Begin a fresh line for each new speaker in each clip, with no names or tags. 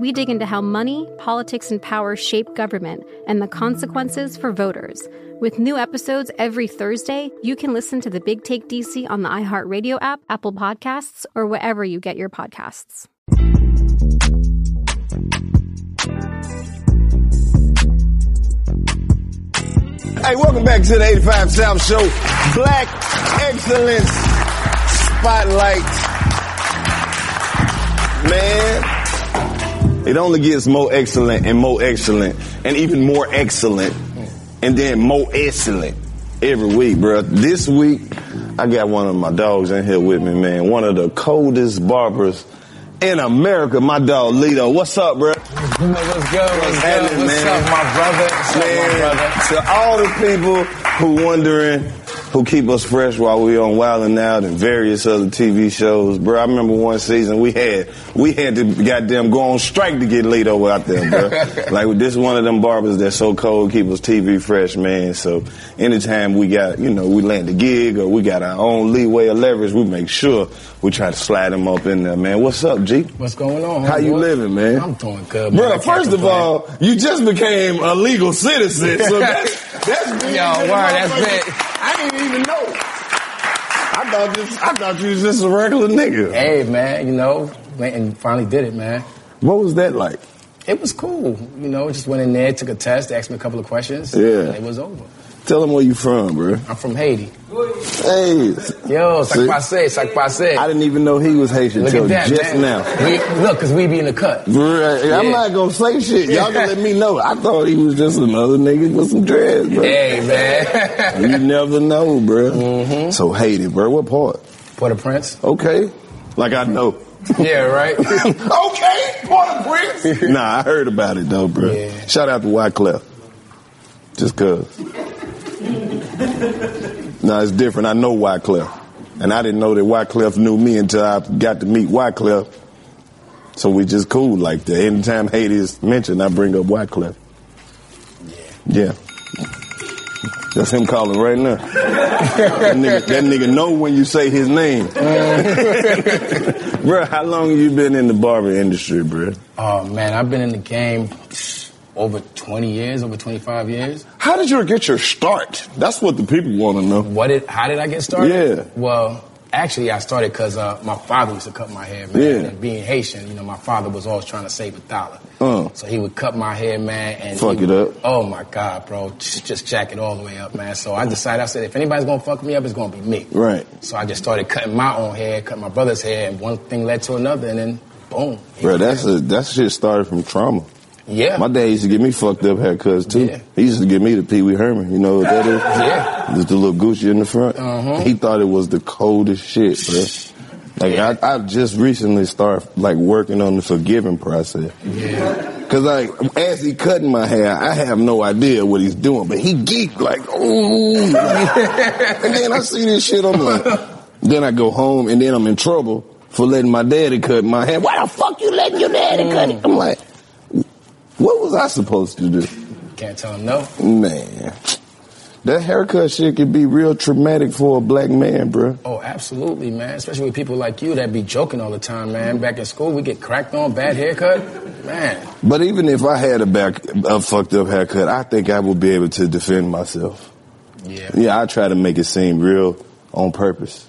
We dig into how money, politics, and power shape government and the consequences for voters. With new episodes every Thursday, you can listen to the Big Take DC on the iHeartRadio app, Apple Podcasts, or wherever you get your podcasts.
Hey, welcome back to the 85 South Show. Black Excellence Spotlight. Man, it only gets more excellent and more excellent and even more excellent and then more excellent every week, bro. This week, I got one of my dogs in here with me, man. One of the coldest barbers in America, my dog Lito. What's up, bro?
What's good? What's, good? What's, happening,
what's
up, my brother? What's
man, up, my brother? To all the people who wondering, who keep us fresh while we on Wildin' Out and various other TV shows, bro. I remember one season we had we had to goddamn go on strike to get Lito out there, bro. like this one of them barbers that's so cold keep us TV fresh, man. So anytime we got you know we land a gig or we got our own leeway or leverage, we make sure we try to slide him up in there, man. What's up, G?
What's going on?
How
homeboy?
you living, man?
Oh, I'm doing good, man.
Bro, first of all, you just became a legal citizen, so that's that's big.
Yo, word, that's big.
I didn't even know. I thought just I thought you was just a regular nigga.
Hey, man, you know, went and finally did it, man.
What was that like?
It was cool, you know. Just went in there, took a test, asked me a couple of questions.
Yeah.
and it was over.
Tell them where you from, bro.
I'm from Haiti.
Hey,
Yo,
See?
sac passe, sac passe.
I didn't even know he was Haitian
Look
till
at that,
just
man.
now.
We, look, cause we be in the cut.
Bruh, I'm
Yeah.
not gonna say shit. Y'all gonna let me know. I thought he was just another nigga with some dreads, bro.
Hey, man.
You never know, bro.
Mm-hmm.
So Haiti, bro. What part?
Port-au-Prince.
Okay. Like I know.
Yeah, right.
okay, Port-au-Prince. nah, I heard about it though, bro.
Yeah.
Shout out to Wyclef. Just cuz. nah, it's different. I know Wyclef. And I didn't know that Wyclef knew me until I got to meet Wyclef. So we just cool like that. Anytime hate is mentioned, I bring up Wyclef. Yeah. That's him calling right now. that, nigga, that nigga know when you say his name. Bruh, how long you been in the barber industry, bruh?
Oh man, I've been in the game over 20 years, over 25 years.
How did you get your start? That's what the people want to know.
What did? How did I get started?
Yeah.
Well, actually, I started because uh, my father used to cut my hair, man.
Yeah.
And being Haitian, you know, my father was always trying to save a dollar.
Uh.
So he would cut my hair, man, and
Fuck
he-
it up.
Oh my God, bro, just, just jack it all the way up, man. So I decided, I said, if anybody's gonna fuck me up, it's gonna be me.
Right.
So I just started cutting my own hair, cutting my brother's hair, and one thing led to another, and then boom.
Bruh, that's a, that shit started from trauma.
yeah.
My dad used to give me fucked up haircuts too.
Yeah.
He used to give me the Pee Wee Herman. You know what that is?
Yeah.
Just the little Gucci in the front.
Uh-huh.
He thought it was the coldest shit, bro. Like I, I just recently started like working on the forgiving process.
Yeah.
Cause like as he cutting my hair, I have no idea what he's doing, but he geeked like ooh, like- and then I see this shit. I'm like, then I go home, and then I'm in trouble for letting my daddy cut my hair. Why the fuck you letting your daddy cut
Mm.
it? I'm like, what was I supposed to do,
Can't tell him no.
man? That haircut shit could be real traumatic for a black man, bruh.
Oh, absolutely, man. Especially with people like you that be joking all the time, man. Back in school, we get cracked on, bad haircut. Man,
But even if I had a back a fucked up haircut, I think I would be able to defend myself.
yeah.
Yeah, I try to make it seem real on purpose.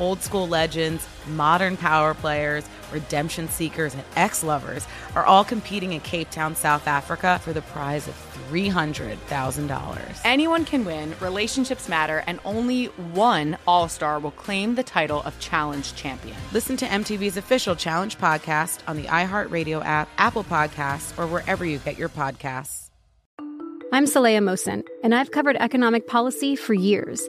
Old school legends, modern power players, redemption seekers, and ex lovers are all competing in Cape Town, South Africa for the prize of $300,000.
Anyone can win, relationships matter, and only one All Star will claim the title of challenge champion.
Listen to MTV's official challenge podcast on the iHeartRadio app, Apple Podcasts, or wherever you get your podcasts.
I'm Saleha Mosin, and I've covered economic policy for years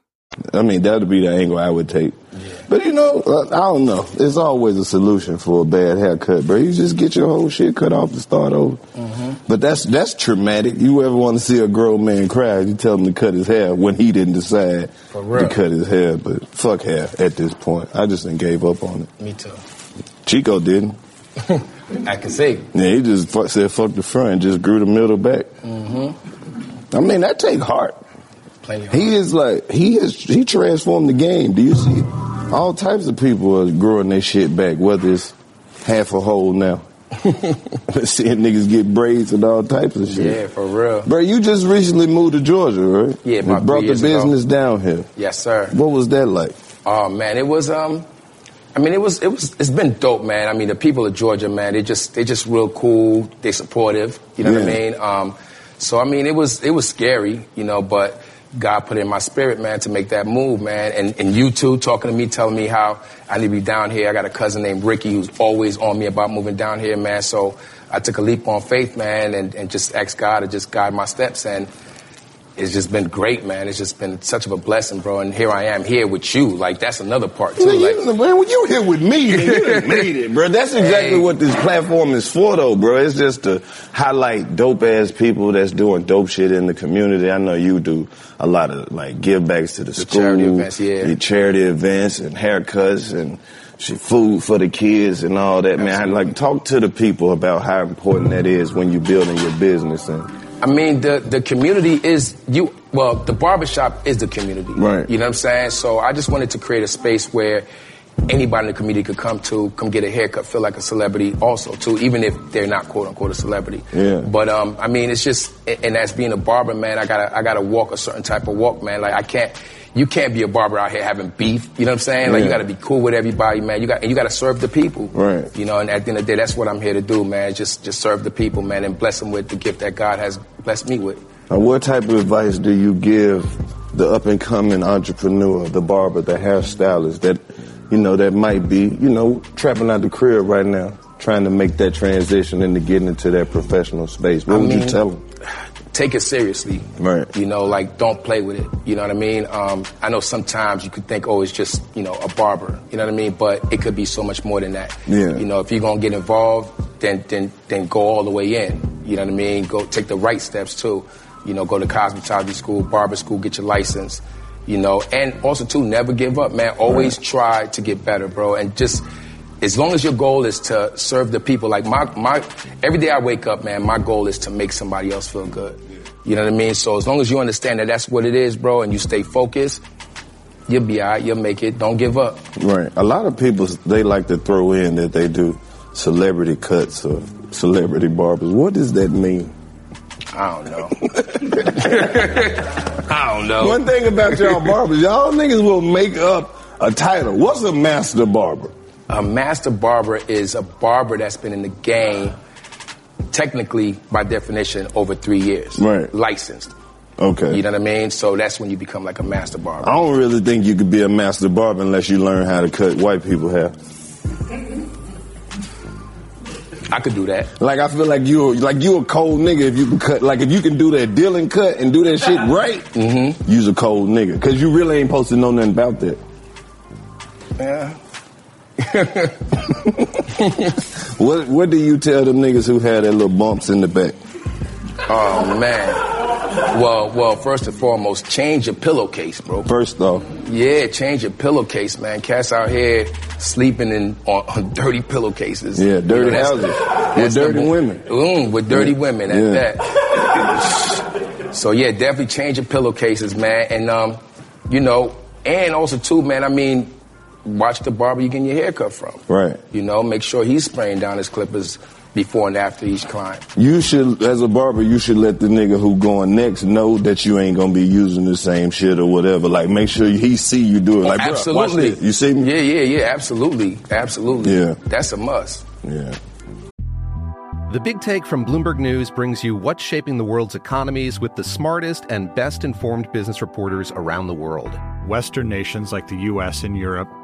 I mean, that would be the angle I would take. But you know, uh, I don't know. It's always a solution for a bad haircut, bro. You just get your whole shit cut off and start over.
Mm-hmm.
But that's that's traumatic. You ever want to see a grown man cry? You tell him to cut his hair when he didn't decide
For real.
to cut his hair. But fuck hair at this point. I just done gave up on it.
Me too.
Chico didn't.
I can see.
Yeah, he just fuck, said fuck the front and just grew the middle back.
Mm-hmm.
I mean, that take heart.
Plenty of
He is like he has he transformed the game. Do you see? All types of people are growing their shit back, whether it's half a hole now. Seeing niggas get braids and all types of shit.
Yeah, for real.
Bro, you just recently moved to Georgia, right?
Yeah,
You
about three
brought the
years ago.
business down here.
Yes, sir.
What was that like?
Oh man, it was um I mean it was it was it's been dope, man. I mean the people of Georgia, man, they just they just real cool, they supportive, you know what I
Yeah.
mean? Um so I mean it was it was scary, you know, but God put it in my spirit, man, to make that move, man. And and you two talking to me, telling me how I need to be down here. I got a cousin named Ricky who's always on me about moving down here, man. So I took a leap on faith, man, and, and just asked God to just guide my steps and it's just been great, man. It's just been such of a blessing, bro. And here I am here with you. Like that's another part too.
Nigga, you,
Like,
man, when you here with me, nigga, you done made it, bro. That's exactly
Hey.
what this platform is for, though, bro. It's just to highlight dope ass people that's doing dope shit in the community. I know you do a lot of like give backs to the, school,
charity events, yeah.
your charity events and haircuts and she food for the kids and all that, man. I, like talk to the people about how important that is when you're building your business and
I mean, the, the community is you. Well, the barbershop is the community.
Right.
You know what I'm saying? So I just wanted to create a space where anybody in the community could come to, come get a haircut, feel like a celebrity, also too, even if they're not quote unquote a celebrity.
Yeah.
But um, I mean, it's just, and as being a barber, man, I gotta, I gotta walk a certain type of walk, man. Like I can't, you can't be a barber out here having beef. You know what I'm saying? Like you
Yeah.
gotta be cool with everybody, man. You got, and you gotta serve the people.
Right.
You know, and at the end of the day, that's what I'm here to do, man. Just, just serve the people, man, and bless them with the gift that God has blessed me with.
Now, what type of advice do you give the up and coming entrepreneur, the barber, the hairstylist that, you know, that might be, you know, trapping out the crib right now, trying to make that transition into getting into that professional space? What
I
would you
mean-
tell them?
Take it seriously.
Right.
You know, like don't play with it. You know what I mean? Um, I know sometimes you could think, oh, it's just you know a barber. You know what I mean? But it could be so much more than that.
Yeah.
You know, if you're gonna get involved, then then then go all the way in. You know what I mean? Go take the right steps too. You know, go to cosmetology school, barber school, get your license. You know, and also too, never give up, man. Always try to get better, bro. And just as long as your goal is to serve the people, like my my every day I wake up, man, my goal is to make somebody else feel good. You know what I mean? So as long as you understand that that's what it is, bro, and you stay focused, you'll be all right. You'll make it. Don't give up.
Right. A lot of people, they like to throw in that they do celebrity cuts or celebrity barbers. What does that mean?
I don't know. I don't know.
One thing about y'all barbers, y'all niggas will make up a title. What's a master barber?
A master barber is a barber that's been in the game, technically by definition, over three years.
Right.
Licensed.
Okay.
You know what I mean? So that's when you become like a master barber.
I don't really think you could be a master barber unless you learn how to cut white people hair.
I could do that.
Like I feel like you like you a cold nigga if you can cut like if you can do that deal and cut and do that shit right. Mm-hmm. You's a cold nigga because you really ain't supposed to know nothing about that.
Yeah.
What what do you tell them niggas who had their little bumps in the back?
Oh man. Well, well. First and foremost, change your pillowcase, bro.
First off,
Yeah, change your pillowcase, man. Cats out here sleeping in on, on dirty pillowcases.
Yeah, dirty
that's-
houses with
that's
dirty
number-
women.
Mm, with dirty
Yeah.
women at
Yeah.
that. So yeah, definitely change your pillowcases, man. And um, you know, and also too, man. I mean, watch the barber you getting your haircut from.
right?
You know, make sure he's spraying down his clippers before and after each client.
You should, as a barber, you should let the nigga who going next know that you ain't gonna be using the same shit or whatever. Like, make sure he see you do it. Like, bruh, watch
absolutely.
this. You see me?
Yeah, yeah, yeah. Absolutely, absolutely.
Yeah.
that's a must.
Yeah.
The Big Take from Bloomberg News brings you what's shaping the world's economies with the smartest and best informed business reporters around the world.
Western nations like the US and Europe,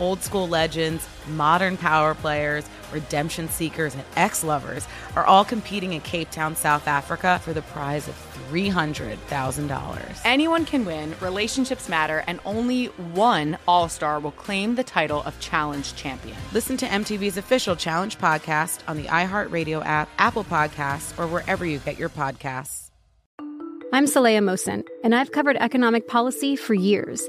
Old school legends, modern power players, redemption seekers, and ex lovers are all competing in Cape Town, South Africa for the prize of $300,000.
Anyone can win, relationships matter, and only one All Star will claim the title of Challenge Champion.
Listen to MTV's official Challenge podcast on the iHeartRadio app, Apple Podcasts, or wherever you get your podcasts.
I'm Saleha Mosin, and I've covered economic policy for years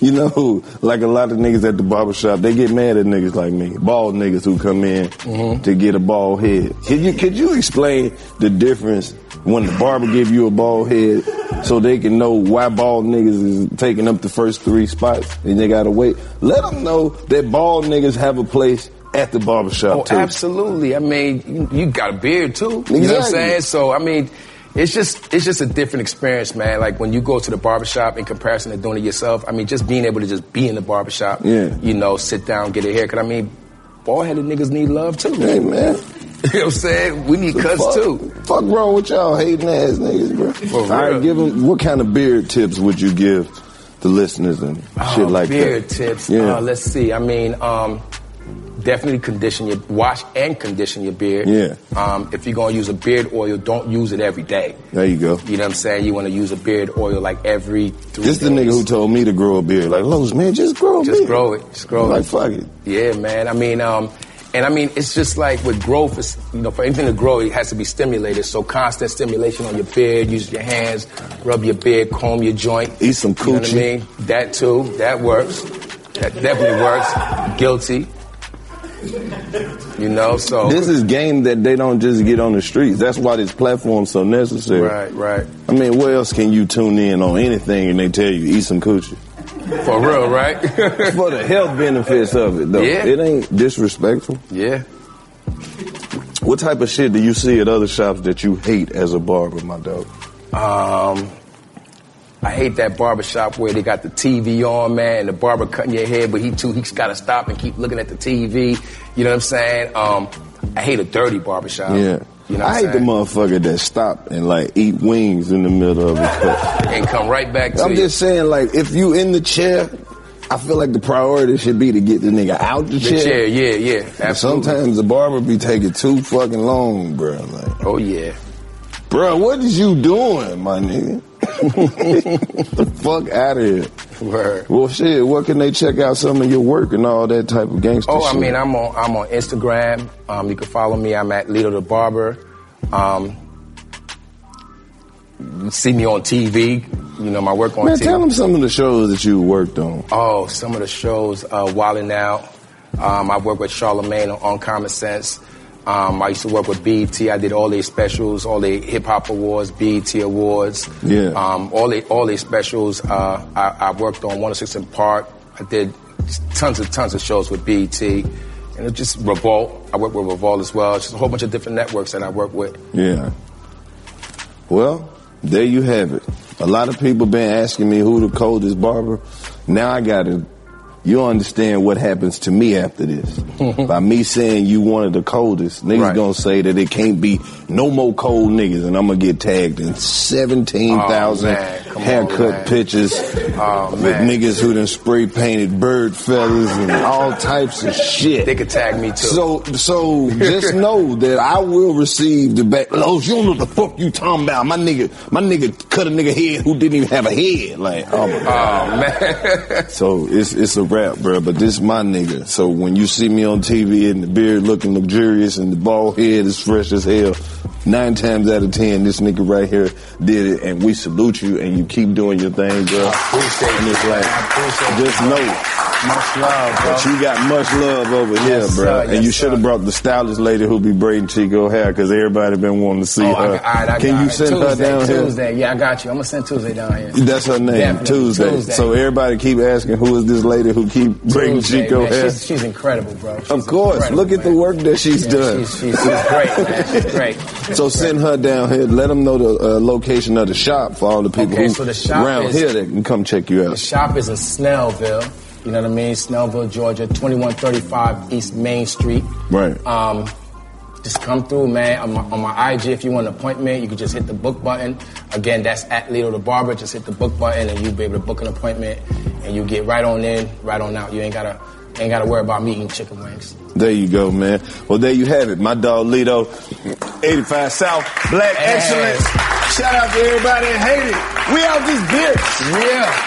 you know, who, like a lot of niggas at the barbershop, they get mad at niggas like me, bald niggas who come in
Mm-hmm.
to get a bald head. Could you could you explain the difference when the barber give you a bald head so they can know why bald niggas is taking up the first three spots and they gotta wait? Let them know that bald niggas have a place at the barbershop
Oh,
too.
absolutely. I mean, you, you got a beard too. You know what I'm
Exactly.
saying? So I mean, it's just it's just a different experience, man. Like when you go to the barbershop in comparison to doing it yourself. I mean, just being able to just be in the barbershop.
Yeah.
You know, sit down, get a haircut. I mean, bald headed niggas need love too. Hey man. You know what I'm saying? We need cuts
fuck,
too.
Fuck wrong with y'all hating ass niggas, bro.
For real.
All right, give them what kind of beard tips would you give the listeners and shit like
Oh, Um, beard
that?
tips.
Yeah.
Uh, let's see. I mean, um, definitely condition your wash and condition your beard.
Yeah.
Um, if you're gonna use a beard oil, don't use it every day.
there you go.
You know what I'm saying? You want to use a beard oil like every three
This the nigga who told me to grow a beard. Like, Los, man, just grow a
Just
beard.
grow it. Just grow
like,
it.
fuck it.
Yeah, man. I mean, um, and I mean, it's just like with growth, it's, you know, for anything to grow, it has to be stimulated. So constant stimulation on your beard, use your hands, rub your beard, comb your joint.
Eat some
You know what I
coochie.
mean? That too. That works. That definitely works. Guilty. You know, so.
This is game that they don't just get on the streets. That's why this platform's so necessary.
Right, right.
I mean, where else can you tune in on anything and they tell you eat some coochie?
For real, right?
For the health benefits of it, though.
Yeah.
It ain't disrespectful.
Yeah.
What type of shit do you see at other shops that you hate as a barber, my dog?
Um, I hate that barbershop where they got the TV on, man, and the barber cutting your hair, but he too, he's gotta stop and keep looking at the TV. You know what I'm saying? Um, I hate a dirty barbershop.
yeah.
You know what
I
I'm
hate the motherfucker that stop and like eat wings in the middle of his cut.
saying? And come right back to
I'm
you.
just saying, like, if you in the chair, I feel like the priority should be to get the nigga out the,
The chair, yeah, yeah,
And
absolutely.
Sometimes the barber be taking too fucking long, bro. Like,
oh yeah,
bro, what is you doing, my nigga? the fuck out of here.
Word.
Well, shit. What can they check out some of your work and all that type of gangster
Oh,
shit?
I mean, I'm on I'm on Instagram. Um, you can follow me. I'm at Lito the Barber. Um, you see me on TV. You know my work on
Man,
TV.
tell them some of the shows that you worked on.
Oh, some of the shows, uh, Wildin' Out. Um, I worked with Charlamagne on, on Common Sense. Um, I used to work with BET. I did all their specials, all their hip hop awards, BET awards.
Yeah.
Um, all their all their specials. Uh, I, I worked on 106 in Park. I did tons and tons of shows with BET, and it just Revolt. I worked with Revolt as well. It's just a whole bunch of different networks that I work with.
Yeah. Well, there you have it. A lot of people been asking me who the coldest barber. Now I gotta. You understand what happens to me after this. By me saying you one of the coldest, niggas
Right.
gonna say that it can't be no more cold niggas, and I'm gonna get tagged in seventeen thousand
Oh, man. Come on,
haircut
man.
pictures
Oh,
with
man.
niggas who done spray painted bird feathers and all types of shit.
They could tag me too.
So, so just know that I will receive the back. Oh, you don't know what the fuck you talking about, my nigga. My nigga cut a nigga head who didn't even have a head. Like, oh my god, man. so it's it's a wrap, bro. But this my nigga. So when you see me on TV and the beard looking luxurious and the bald head is fresh as hell, nine times out of ten, this nigga right here did it, and we salute you, and you keep doing your thing, bro. and it's like, just know.
Much love, bro.
But you got much love over
Yes,
here, bro.
sir.
and
Yes,
you should have brought the stylist lady who be braiding Chico hair because everybody been wanting to see
Oh, I,
her.
all right, I
Can
got
you
it.
send
Tuesday,
her down
Tuesday. Yeah, I got you. I'm gonna send Tuesday down here.
here? That's her name,
Definitely.
Tuesday.
Tuesday.
So everybody keep asking who is this lady who keep braiding
Tuesday,
Chico
man.
hair?
She's, she's incredible, bro.
of course, look at the work that she's
Yeah,
done.
she's- she's- she's great, man. She's great.
so send her down here. Let them know the uh, location of the shop for all the people
Okay,
who
so the shop
around
is-
here that can come check you out.
The shop is in Snellville. You know what I mean? Snellville, Georgia, 2135 East Main Street.
Right.
Um, just come through, man. On my, on my IG, if you want an appointment, you can just hit the book button. Again, that's at Lito the Barber. Just hit the book button, and you'll be able to book an appointment, and you get right on in, right on out. You ain't gotta, ain't gotta worry about me eating chicken wings.
There you go, man. Well, there you have it. My dog Lito, 85 South, Black
Hey.
Excellence. Shout out to everybody in Haiti. We out this bitch.
Yeah.